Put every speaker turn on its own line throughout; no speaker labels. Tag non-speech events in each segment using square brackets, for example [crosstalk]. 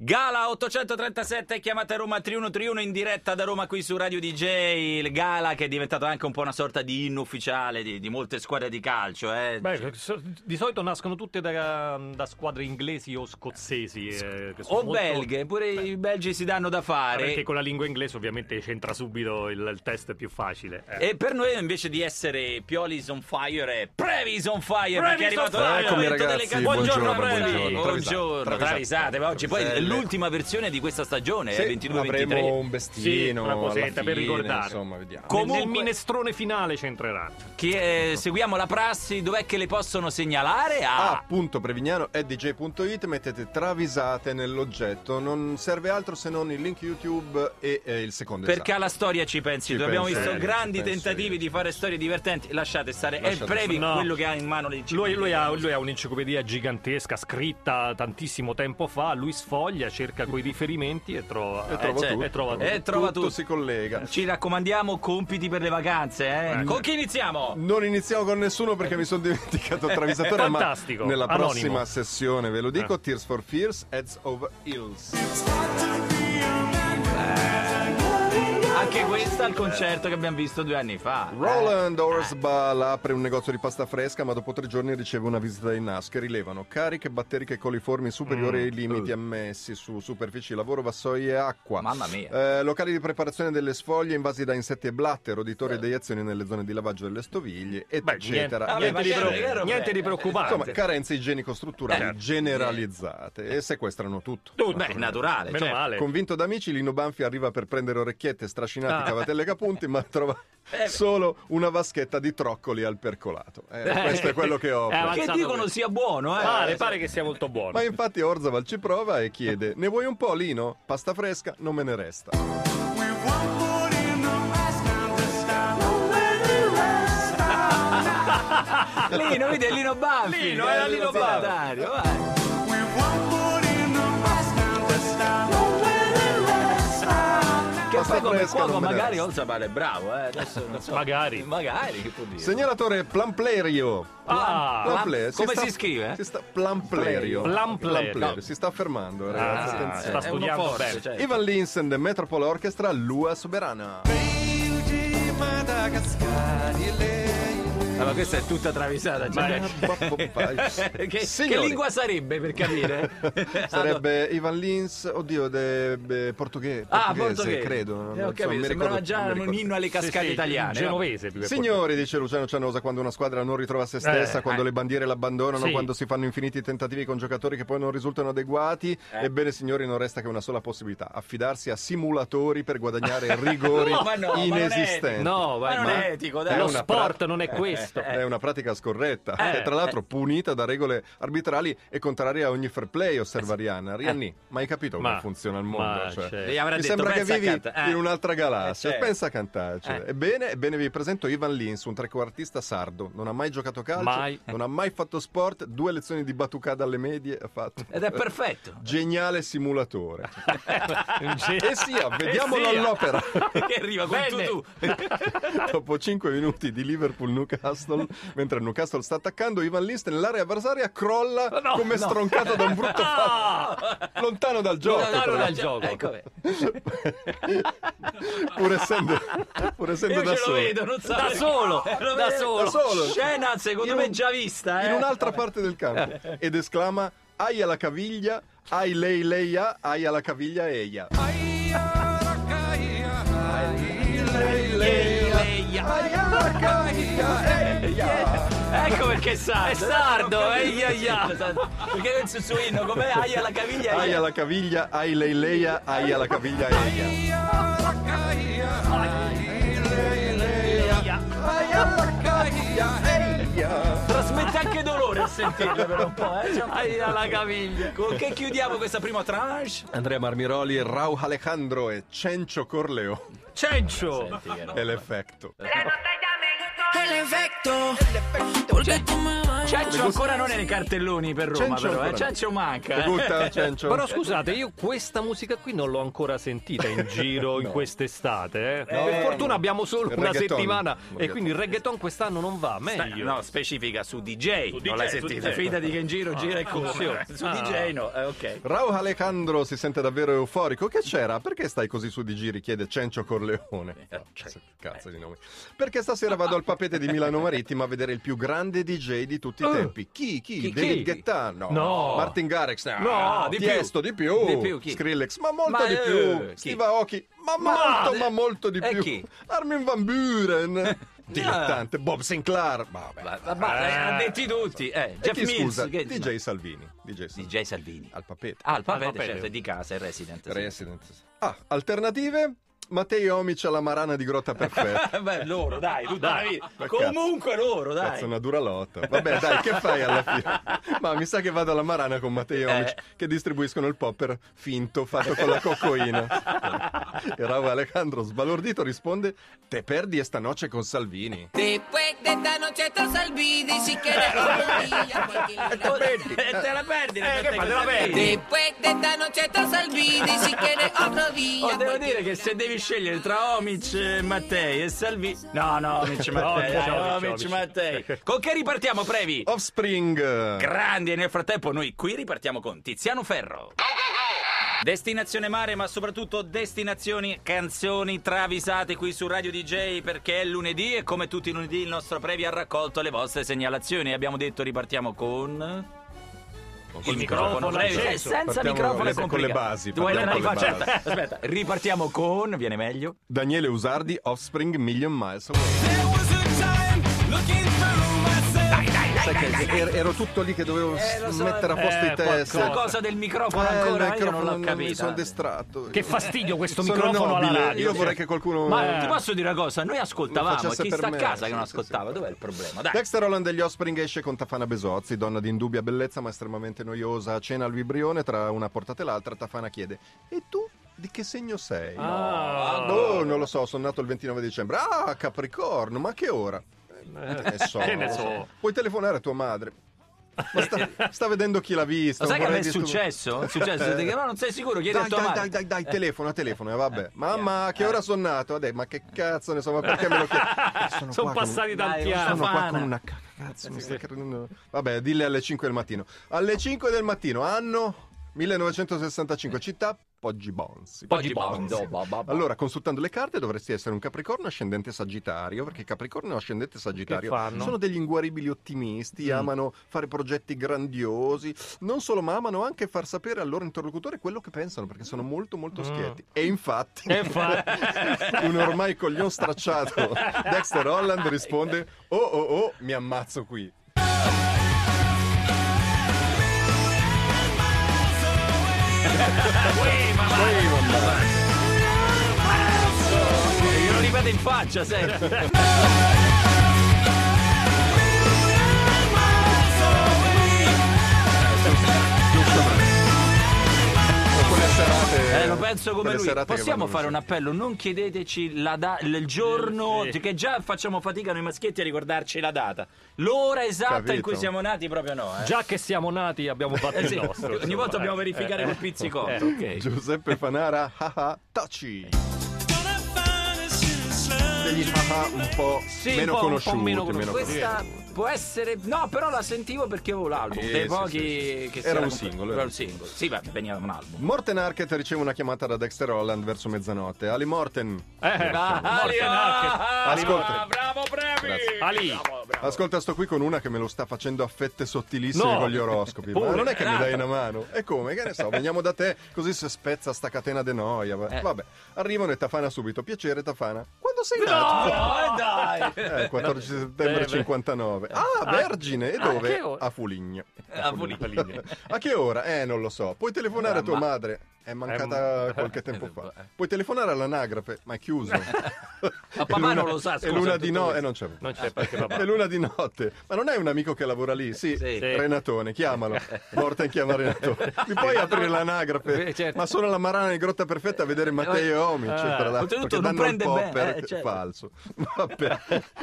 Gala 837, chiamate Roma 3131 in diretta da Roma qui su Radio DJ, il gala che è diventato anche un po' una sorta di inno ufficiale di, di molte squadre di calcio. Eh.
Beh, so- di solito nascono tutte da, da squadre inglesi o scozzesi. eh, che sono
o
molto-
belghe, pure i belgi si danno da
Vabbè,
fare.
Perché con la lingua inglese ovviamente c'entra subito il, il test più facile. eh.
E per noi invece di essere Pioli's on fire è Previs on fire
Previs
perché è arrivato
on fire!
il momento delle
Eccomi, ragazzi,
ca- Buongiorno
buongiorno,
Previs.
buongiorno.
Buongiorno,
Travisate,
travisate, ma oggi poi è
Belle.
l'ultima versione di questa stagione,
Sì,
eh, 22-23.
avremo un
Sì,
bestino
una cosetta
alla
per
fine,
ricordare.
insomma, vediamo.
Co- Comunque-
Nel minestrone finale c'entreranno.
Che eh, seguiamo la prassi, dov'è che le possono segnalare?
Ah!
A
Ah, A.prevignano è dj.it, mettete travisate nell'oggetto, non serve altro se non il link YouTube e eh, il secondo
Perché
Esatto.
esame.
alla storia ci pensi
Ci
tu. Abbiamo
penso
visto
eh,
io,
grandi
ci penso
tentativi
io.
di fare storie divertenti. Lasciate stare.
Lasciate
è Previ
stare. No.
quello che ha in mano le
Lui, lui ha, lui ha un'enciclopedia gigantesca scritta tantissimo tempo fa. Lui sfoglia, cerca quei riferimenti e trova.
E trova
Eh, cioè,
tutto.
e trova Eh.
tutto. Eh, trova
tutto,
tutto.
si collega.
Ci raccomandiamo compiti per le vacanze, eh.
Ecco.
Con chi iniziamo?
Non iniziamo con nessuno perché mi sono dimenticato il travisatore,
Fantastico,
ma nella
anonimo.
prossima sessione ve lo dico,
Eh.
Tears for Fears, Heads Over Hills.
Anche questa al concerto che abbiamo visto due anni fa. Eh,
Roland Orsbal apre un negozio di pasta fresca, ma dopo tre giorni riceve una visita dai NAS che rilevano cariche batteriche coliformi superiori
Mm.
ai
Uh.
limiti ammessi su superfici lavoro, vassoie e acqua.
Mamma mia.
Eh, locali di preparazione delle sfoglie invasi da insetti e blatte, roditori ed eiazioni nelle zone di lavaggio delle stoviglie,
Eh. Beh,
eccetera.
niente-
niente,
Vabbè,
di,
ma
pre-
è vero,
niente
eh.
di preoccupante.
Insomma, carenze igienico-strutturali
Eh.
generalizzate e sequestrano tutto.
Tutto.
Beh, naturale.
Meno
certo.
male.
Convinto da amici, Lino Banfi arriva per prendere orecchiette, strascinati,
Ah. Eh
cavatelle e capunti, ma
[laughs]
trova
beh.
solo una vaschetta di troccoli al percolato. Eh,
Eh.
questo è quello
[laughs]
che offre.
Eh, ma-
Che
Avanzato Ah.
dicono
questo.
sia buono, eh.
Pare, pare che sia molto buono.
Ma infatti Orzaval ci prova e chiede: Ne vuoi un po', Lino? Pasta fresca non me ne resta.
Lino, vedi, è Lino eh, Baffi.
Lino, era Lino Baffi.
Dai, vai. Che
Basta
poi come
fresca,
cuoco
non me ne
magari
resta.
Olzabal è bravo, eh. Adesso, non so.
Magari.
Magari, che può dire. Eh,
Segnalatore Plamplerio.
Ah,
Plan-
Plamplerio.
come si scrive?
si sta- Plamplerio.
Plamplerio.
Si sta fermando,
Ah,
ragazzi.
sta
attenzione.
è uno
studiando
forte,
bene.
certo.
Ivan Linsen, Metropole Orchestra, Lua Soberana.
Allora, questa è tutta travisata. Cioè. [laughs] che, che
Signori.
lingua sarebbe per
[laughs]
capire? Ah,
Sarebbe Ivan Lins, oddio, de, beh, portughe- portoghese,
Ah, portoghese,
credo. non
Eh, ho
so,
capito,
mi
sembrava
ricordo- non
già
mi
un
ricordo.
inno alle cascate
Sì, sì,
italiane.
Genovese più che
Signori, dice Luciano Cianosa, quando una squadra non ritrova se stessa,
Eh,
quando
eh.
le bandiere l'abbandonano,
Sì.
quando si fanno infiniti tentativi con giocatori che poi non risultano adeguati,
Eh.
ebbene signori non resta che una sola possibilità, affidarsi a simulatori
[laughs]
per guadagnare rigori
No, ma no, ma non è-
inesistenti.
No,
Ma
vai,
non
ma-
è etico,
è
dai.
lo
una Eh,
sport
pra-
non è questo.
È una pratica scorretta,
Eh,
e tra l'altro punita da regole arbitrali e contraria a ogni fair play,
Eh
osserva Rihanna. Rianni, ma hai capito come
Ma-
funziona il
ma certo.
mondo? Cioè,
c'è-
Gli
[laughs]
avrà
mi
detto,
sembra che
pensa a
vivi
Canta- eh.
in un'altra galassia.
Eh, certo.
Pensa a Cantacele.
Eh.
Ebbene, ebbene, vi presento Ivan Lins, un trequartista sardo. Non ha mai giocato calcio,
Mai.
non ha mai fatto sport. Due lezioni di batucada alle medie ha fatto.
Eh. Ed è perfetto. [laughs]
Geniale simulatore.
Eh
Eh sia, vediamolo
sia.
all'opera.
ah. che arriva con
Bene.
tutù.
[laughs]
[laughs]
Dopo 5 minuti di Liverpool-Newcastle, mentre il Newcastle sta attaccando, Ivan Lins nell'area avversaria crolla
No,
come
no.
stroncato da
[laughs]
un brutto
Ah!
fatto. Lontano dal gioco.
Lontano
tra
dal
l'altro.
gioco.
Ecco, beh. [laughs]
pur essendo, pur essendo
Io
da
ce lo
solo.
vedo, non so.
Da solo,
[laughs] Eh, lo
da
vedo.
solo.
solo.
Scena, secondo
In
me,
un-
già vista. Eh.
In un'altra parte del campo ed esclama: Ai alla caviglia, ai lei leia, ai alla caviglia eia.
Ecco perché è sardo.
È sardo,
Eh,
eh, ia, ia.
Perché penso il suo inno, com'è? Aia la caviglia.
Ai
aia.
alla caviglia, ai lei leia, ai alla caviglia eia.
Trasmette anche dolore a sentirlo per un po', eh. [laughs] Aia la caviglia. Con che chiudiamo questa prima tranche?
Andrea Marmiroli, Rau Alejandro e Cencio Corleo.
Cencio!
Eh.
È l'effetto.
Hey! el efecto. Porque tú me bailas.
Ciancio ancora non è nei cartelloni per Roma,
Ciancio
però. Eh.
ancora.
Ciancio manca.
Ti
eh.
gutta, Cencio?
Però scusate, io questa musica qui non l'ho ancora sentita
[laughs]
in giro in
No.
quest'estate. eh.
No.
Per fortuna abbiamo solo
Il
una
reggaeton.
settimana e
Reggaeton.
quindi il reggaeton quest'anno non va,
Sta-
meglio.
No, specifica su DJ.
Su
non
DJ,
l'hai
su
sentita.
DJ.
Fidati che in giro gira e come. Su
Ah.
DJ no, eh, ok.
Rauh Alejandro si sente davvero euforico. Che c'era? Perché stai così su di giri? chiede Cencio Corleone.
Eh,
No,
Cencio.
cazzo di nome. Perché stasera vado al papete di Milano Marittima a vedere il più grande DJ di tutti
Oh.
i
Eh.
tempi. Chi? Chi?
Chi?
David
Chi?
Guetta? No.
No.
Martin Garrix?
No, di più.
Tiesto di più.
Di più, chi?
Skrillex? Ma molto
Ma,
di
eh,
più.
chi?
Steve Aoki? Ma
Ma-
molto,
eh,
ma molto di
eh,
più.
chi? Ah.
Armin Van Buren?
[laughs]
Dilettante. Bob Sinclair? Vabbè.
Ma- ma- ma- eh, ha detti tutti. Eh,
E
Jeff
chi,
Mills.
scusa?
che-
DJ Salvini. DJ
ma-
Salvini.
DJ Salvini.
Al papete.
Ah, il
Al
papete,
papete.
certo, è di casa, è resident. sì.
Resident. Ah, alternative? Matteo Omic alla Marana di Grotta
[laughs]
Perfetta.
Beh, loro, dai, tutta
Dai,
la
ma
vita. Comunque loro, dai.
Cazzo, è una dura lotta. Vabbè, dai, che fai alla fine?
[laughs]
Ma mi sa che vado alla Marana con Matteo Omic
Eh.
che distribuiscono il popper finto fatto con la coccoina.
[laughs]
e Raul Alejandro sbalordito risponde: Te perdi esta noche con Salvini.
Después de esta noche estás al vídeo y si quieres comida, cualquier
Oh,
hora.
eh, te la perdi la
Eh, che
gente
fa, te la
con
perdi?
Salvini.
Después de esta noche estás al vídeo y si quieres otro día.
Oh, devo
cualquier
dire che se
hora.
devi scegliere tra Omic e Mattei e Salvini No, no, Omic
[laughs]
e Mattei,
Omic,
dai,
Omic,
Omic e
Omic.
Mattei. Con che ripartiamo, Previ?
Offspring.
Grandi, e nel frattempo noi qui ripartiamo con Tiziano Ferro. Destinazione mare, ma soprattutto destinazioni canzoni travisate qui su Radio DJ perché è lunedì e come tutti i lunedì il nostro Previ ha raccolto le vostre segnalazioni. Abbiamo detto ripartiamo con...
Col
Il microfono,
microfono
Previ.
acceso.
Eh, senza
Partiamo
microfono è
con le- con le
complicato.
basi,
Tu vuoi
partiamo
andare
con le
in faccia? certo. Aspetta, aspetta, ripartiamo con... viene meglio.
Daniele Usardi, Offspring Million Miles Away. Sai che er- ero tutto lì che dovevo
Eh, lo so.
mettere a posto
Eh,
i test.
La
qualcosa.
cosa del microfono
Eh, il
ancora io non
microfono
l'ho
Mi
capita.
sono distratto.
Che fastidio questo
Sono
microfono alla
nobile,
radio.
Io vorrei che qualcuno.
Ma
Eh.
ti posso dire una cosa? Noi ascoltavamo
Lo
e
facesse
chi
per
sta a
me,
casa che non
sì, sì,
ascoltava,
sì.
dov'è il problema? Dai.
Dexter Holland degli Offspring esce con Tafana Besozzi, donna di indubbia bellezza ma estremamente noiosa, a cena al vibrione, tra una portata e l'altra Tafana chiede «E tu di che segno sei?»
Ah.
«Oh, non lo so, sono nato il 29 dicembre». «Ah, Capricorno, ma che ora?» Eh, Che ne so.
Che
non
ne
lo
so.
Puoi telefonare a tua madre. Ma sta, sta vedendo chi l'ha vista.
Lo sai
non
che a me è
vorrei disturb-
successo? È successo,
[laughs]
ti chiamano, non sei sicuro, chiedi
Dai,
a tua
dai,
madre. Eh.
dai, dai, dai, telefono, telefono, e vabbè. Mamma, a che ora sono nato? Vabbè, ma che cazzo ne so, ma perché me lo chiedi? Eh,
Sono,
qua con-
passati tanti
Dai,
anni.
sono qua
Tafana.
con una ca- cazzo, mi sta credendo. Vabbè, dille alle 5 del mattino. Alle 5 del mattino, anno 1965, città Poggi Bonsi.
Poggi Bondo, ba, ba, ba.
Allora, consultando le carte dovresti essere un Capricorno ascendente Sagittario, perché Capricorno ascendente Sagittario
Che fanno?
sono degli inguaribili ottimisti,
Mm.
amano fare progetti grandiosi, non solo ma amano anche far sapere al loro interlocutore quello che pensano, perché sono molto
Mm.
molto schietti. E infatti
E fa-
[laughs] un ormai coglion stracciato. Dexter Holland risponde: Oh oh oh, mi ammazzo qui. Uè, mamma.
Eh, Glielo ripete in faccia,
[laughs]
senti.
Quelle serate-
Eh, lo penso come
quelle
lui.
serate che
Possiamo
vanno
fare un
così.
appello, non chiedeteci la da- il giorno,
Sì.
che già facciamo fatica noi maschietti a ricordarci la data. L'ora esatta in
Capito.
cui siamo nati proprio no, eh.
Già che siamo nati
[laughs]
abbiamo fatto
Eh sì,
il nostro.
ogni
insomma,
volta dobbiamo
eh.
verificare
Eh,
col
eh.
pizzicotto.
Eh.
ok.
Giuseppe Fanara, haha, taci. Degli haha un po'
Sì,
meno
un po'- un po'
conosciuti.
meno
meno conosciuti.
Questa può essere. No, però la sentivo perché avevo l'album.
Eh,
dei
sì,
pochi
sì, sì.
che si
Era un
comprato.
singolo,
Era
era
un singolo. Sì, va veniva da un album.
Morten Harket riceve una chiamata da Dexter Holland verso mezzanotte. Ali Morten,
Eh,
Ah, Ali,
Morten Harket.
ah,
Ascolta.
ah, Bravo, Previ!
Grazie.
Ali.
Bravo, bravo.
Ascolta, sto qui con una che me lo sta facendo a fette sottilissime
No.
con gli oroscopi. Ma
Pure.
non è che mi
Tra
dai una mano. E come? Che ne so, veniamo da te, così si spezza sta catena de noia. va-
Eh.
Vabbè, arrivano e Tafana subito. Piacere, Tafana. Quando sei
[laughs]
nato?
No, dai!
Eh, il 14 settembre
beh.
59. Ah, vergine! E
ah,
dove?
che ora?
A Fuligno. [laughs]
A Foligno.
A che ora? Eh, non lo so. Puoi telefonare a tua
Ma-
madre.
[laughs]
è mancata qualche tempo fa.
Eh.
Puoi telefonare all'anagrafe, ma è chiuso.
papà
È l'una-
non lo sa,
È
scusa,
l'una
tutto
di no-
questo.
eh, non c'è.
Non c'è perché papà.
È l'una di notte. Ma non è un amico che lavora lì? Sì,
Sì.
Renatone, chiamalo. Porta in chiama Renatone. Mi puoi aprire l'anagrafe?
Eh, certo. Eh,
Ma sono alla Marana di Grotta Perfetta a vedere Matteo Omi, eccetera. là,
oltretutto non
perché danno il
prende bene,
popper,
eh, certo.
falso. Vabbè,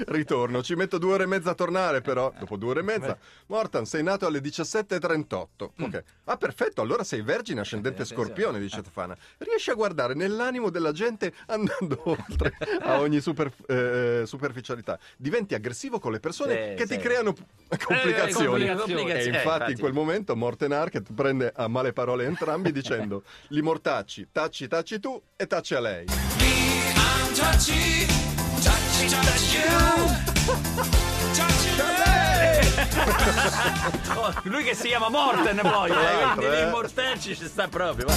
ritorno. Ci metto due ore e mezza a tornare però, dopo due ore e mezza. Mortan, sei nato alle 17.38.
Mm.
Ok. Ah, perfetto, allora sei vergine ascendente scorpione, dice Tefana. Riesci a guardare nell'animo della gente andando [laughs] oltre a ogni super- eh, superficialità. Diventi aggressivo con le persone
Sì,
che ti
sì.
creano p- complicazioni.
complica- complicazioni.
E
Eh,
infatti,
infatti.
in quel momento Morten Harket prende a male
[laughs]
parole entrambi dicendo li mortacci, tacci, tacci tu e tacci a lei.
Oh, lui che si chiama Morten poi,
Tra
eh,
l'altro,
quindi lì
eh.
in Mortacci ci sta proprio. va.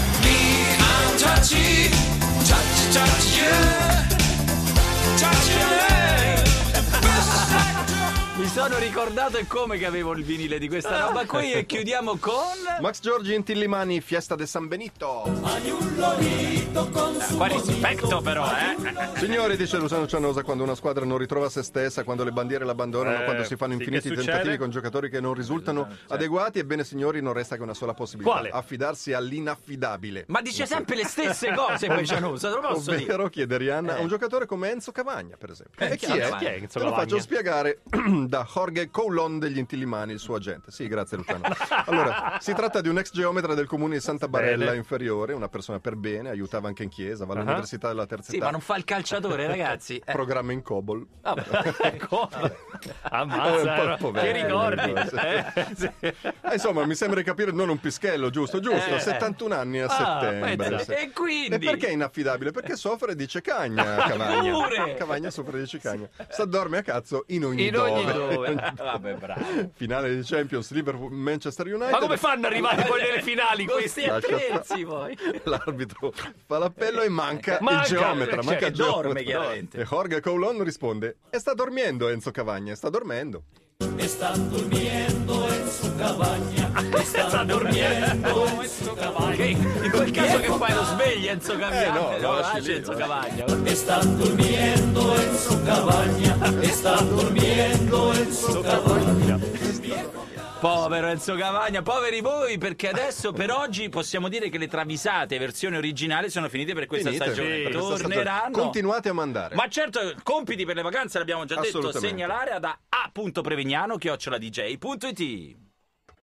Mi sono ricordato e come che avevo il vinile di questa roba qui e chiudiamo con...
Max Giorgi in Tillimani, fiesta de San Benito.
Qua rispetto però, eh.
Signori, dice Luciano Cianosa, quando una squadra non ritrova se stessa, quando le bandiere la abbandonano,
Eh,
quando si fanno
sì,
infiniti
che succede?
tentativi con giocatori che non risultano
Esatto,
adeguati, ebbene signori non resta che una sola possibilità,
Quale?
affidarsi all'inaffidabile.
Ma dice sempre le stesse cose poi Gianusa, non lo posso dire.
Ovvero chiede Rihanna a un
Eh.
giocatore come Enzo Cavagna, per esempio.
Eh,
e chi
Enzo
è?
Cavagna.
Chi è Enzo
Te lo
Cavagna?
faccio spiegare [clears throat] da Jorge Coulon degli Intillimani, il suo agente. Sì, grazie Luciano. Allora, si tratta di un ex geometra del comune di Santa Barella
Bene.
inferiore, una persona per bene, aiutava anche in chiesa, va all'università della terza
Sì,
età.
ma non fa il calciatore, [laughs] ragazzi. Eh,
Programma in Cobol.
[laughs] Ecco.
Eh, un po'
Ammazza. ero- Che
poverello,
ricordi?
sì.
Eh, sì.
Eh, insomma, mi sembra di capire non un pischello, giusto, giusto,
Eh.
71 anni a
Ah,
settembre.
pensa.
Sì.
E quindi?
E perché è inaffidabile? Perché soffre di cecagna
[laughs]
Cavagna.
Pure!
Cavagna soffre di cecagna. Sta dorme a cazzo in ogni
In ogni
dove.
dove.
Vabbè, bravo.
[laughs] Finale di Champions Liverpool Manchester United.
Ma come fanno ad arrivare poi nelle finali questi?
Questi attrezzi
Lascia-
poi.
L'arbitro fa l'appello e manca,
Eh, Manca,
il geometra.
cioè,
manca
che
il geometra.
dorme, chiaramente.
E Jorge Coulon risponde: E sta dormendo Enzo Cavagna, sta dormendo.
Sta dormendo. Enzo Cavagna.
Che- in quel caso che fai lo sveglia Enzo Cavagna.
Eh, no, lo
lo
lasci
lasci
lì,
Enzo
eh.
Cavagna. Povero Enzo Cavagna, poveri voi, perché adesso per oggi possiamo dire che le travisate versione originale sono finite per questa
Finite,
stagione.
per questa stagione.
Torneranno.
Continuate a mandare.
Ma certo, compiti per le vacanze l'abbiamo già detto,
Assolutamente.
segnalare ad a.prevignano@dj.it.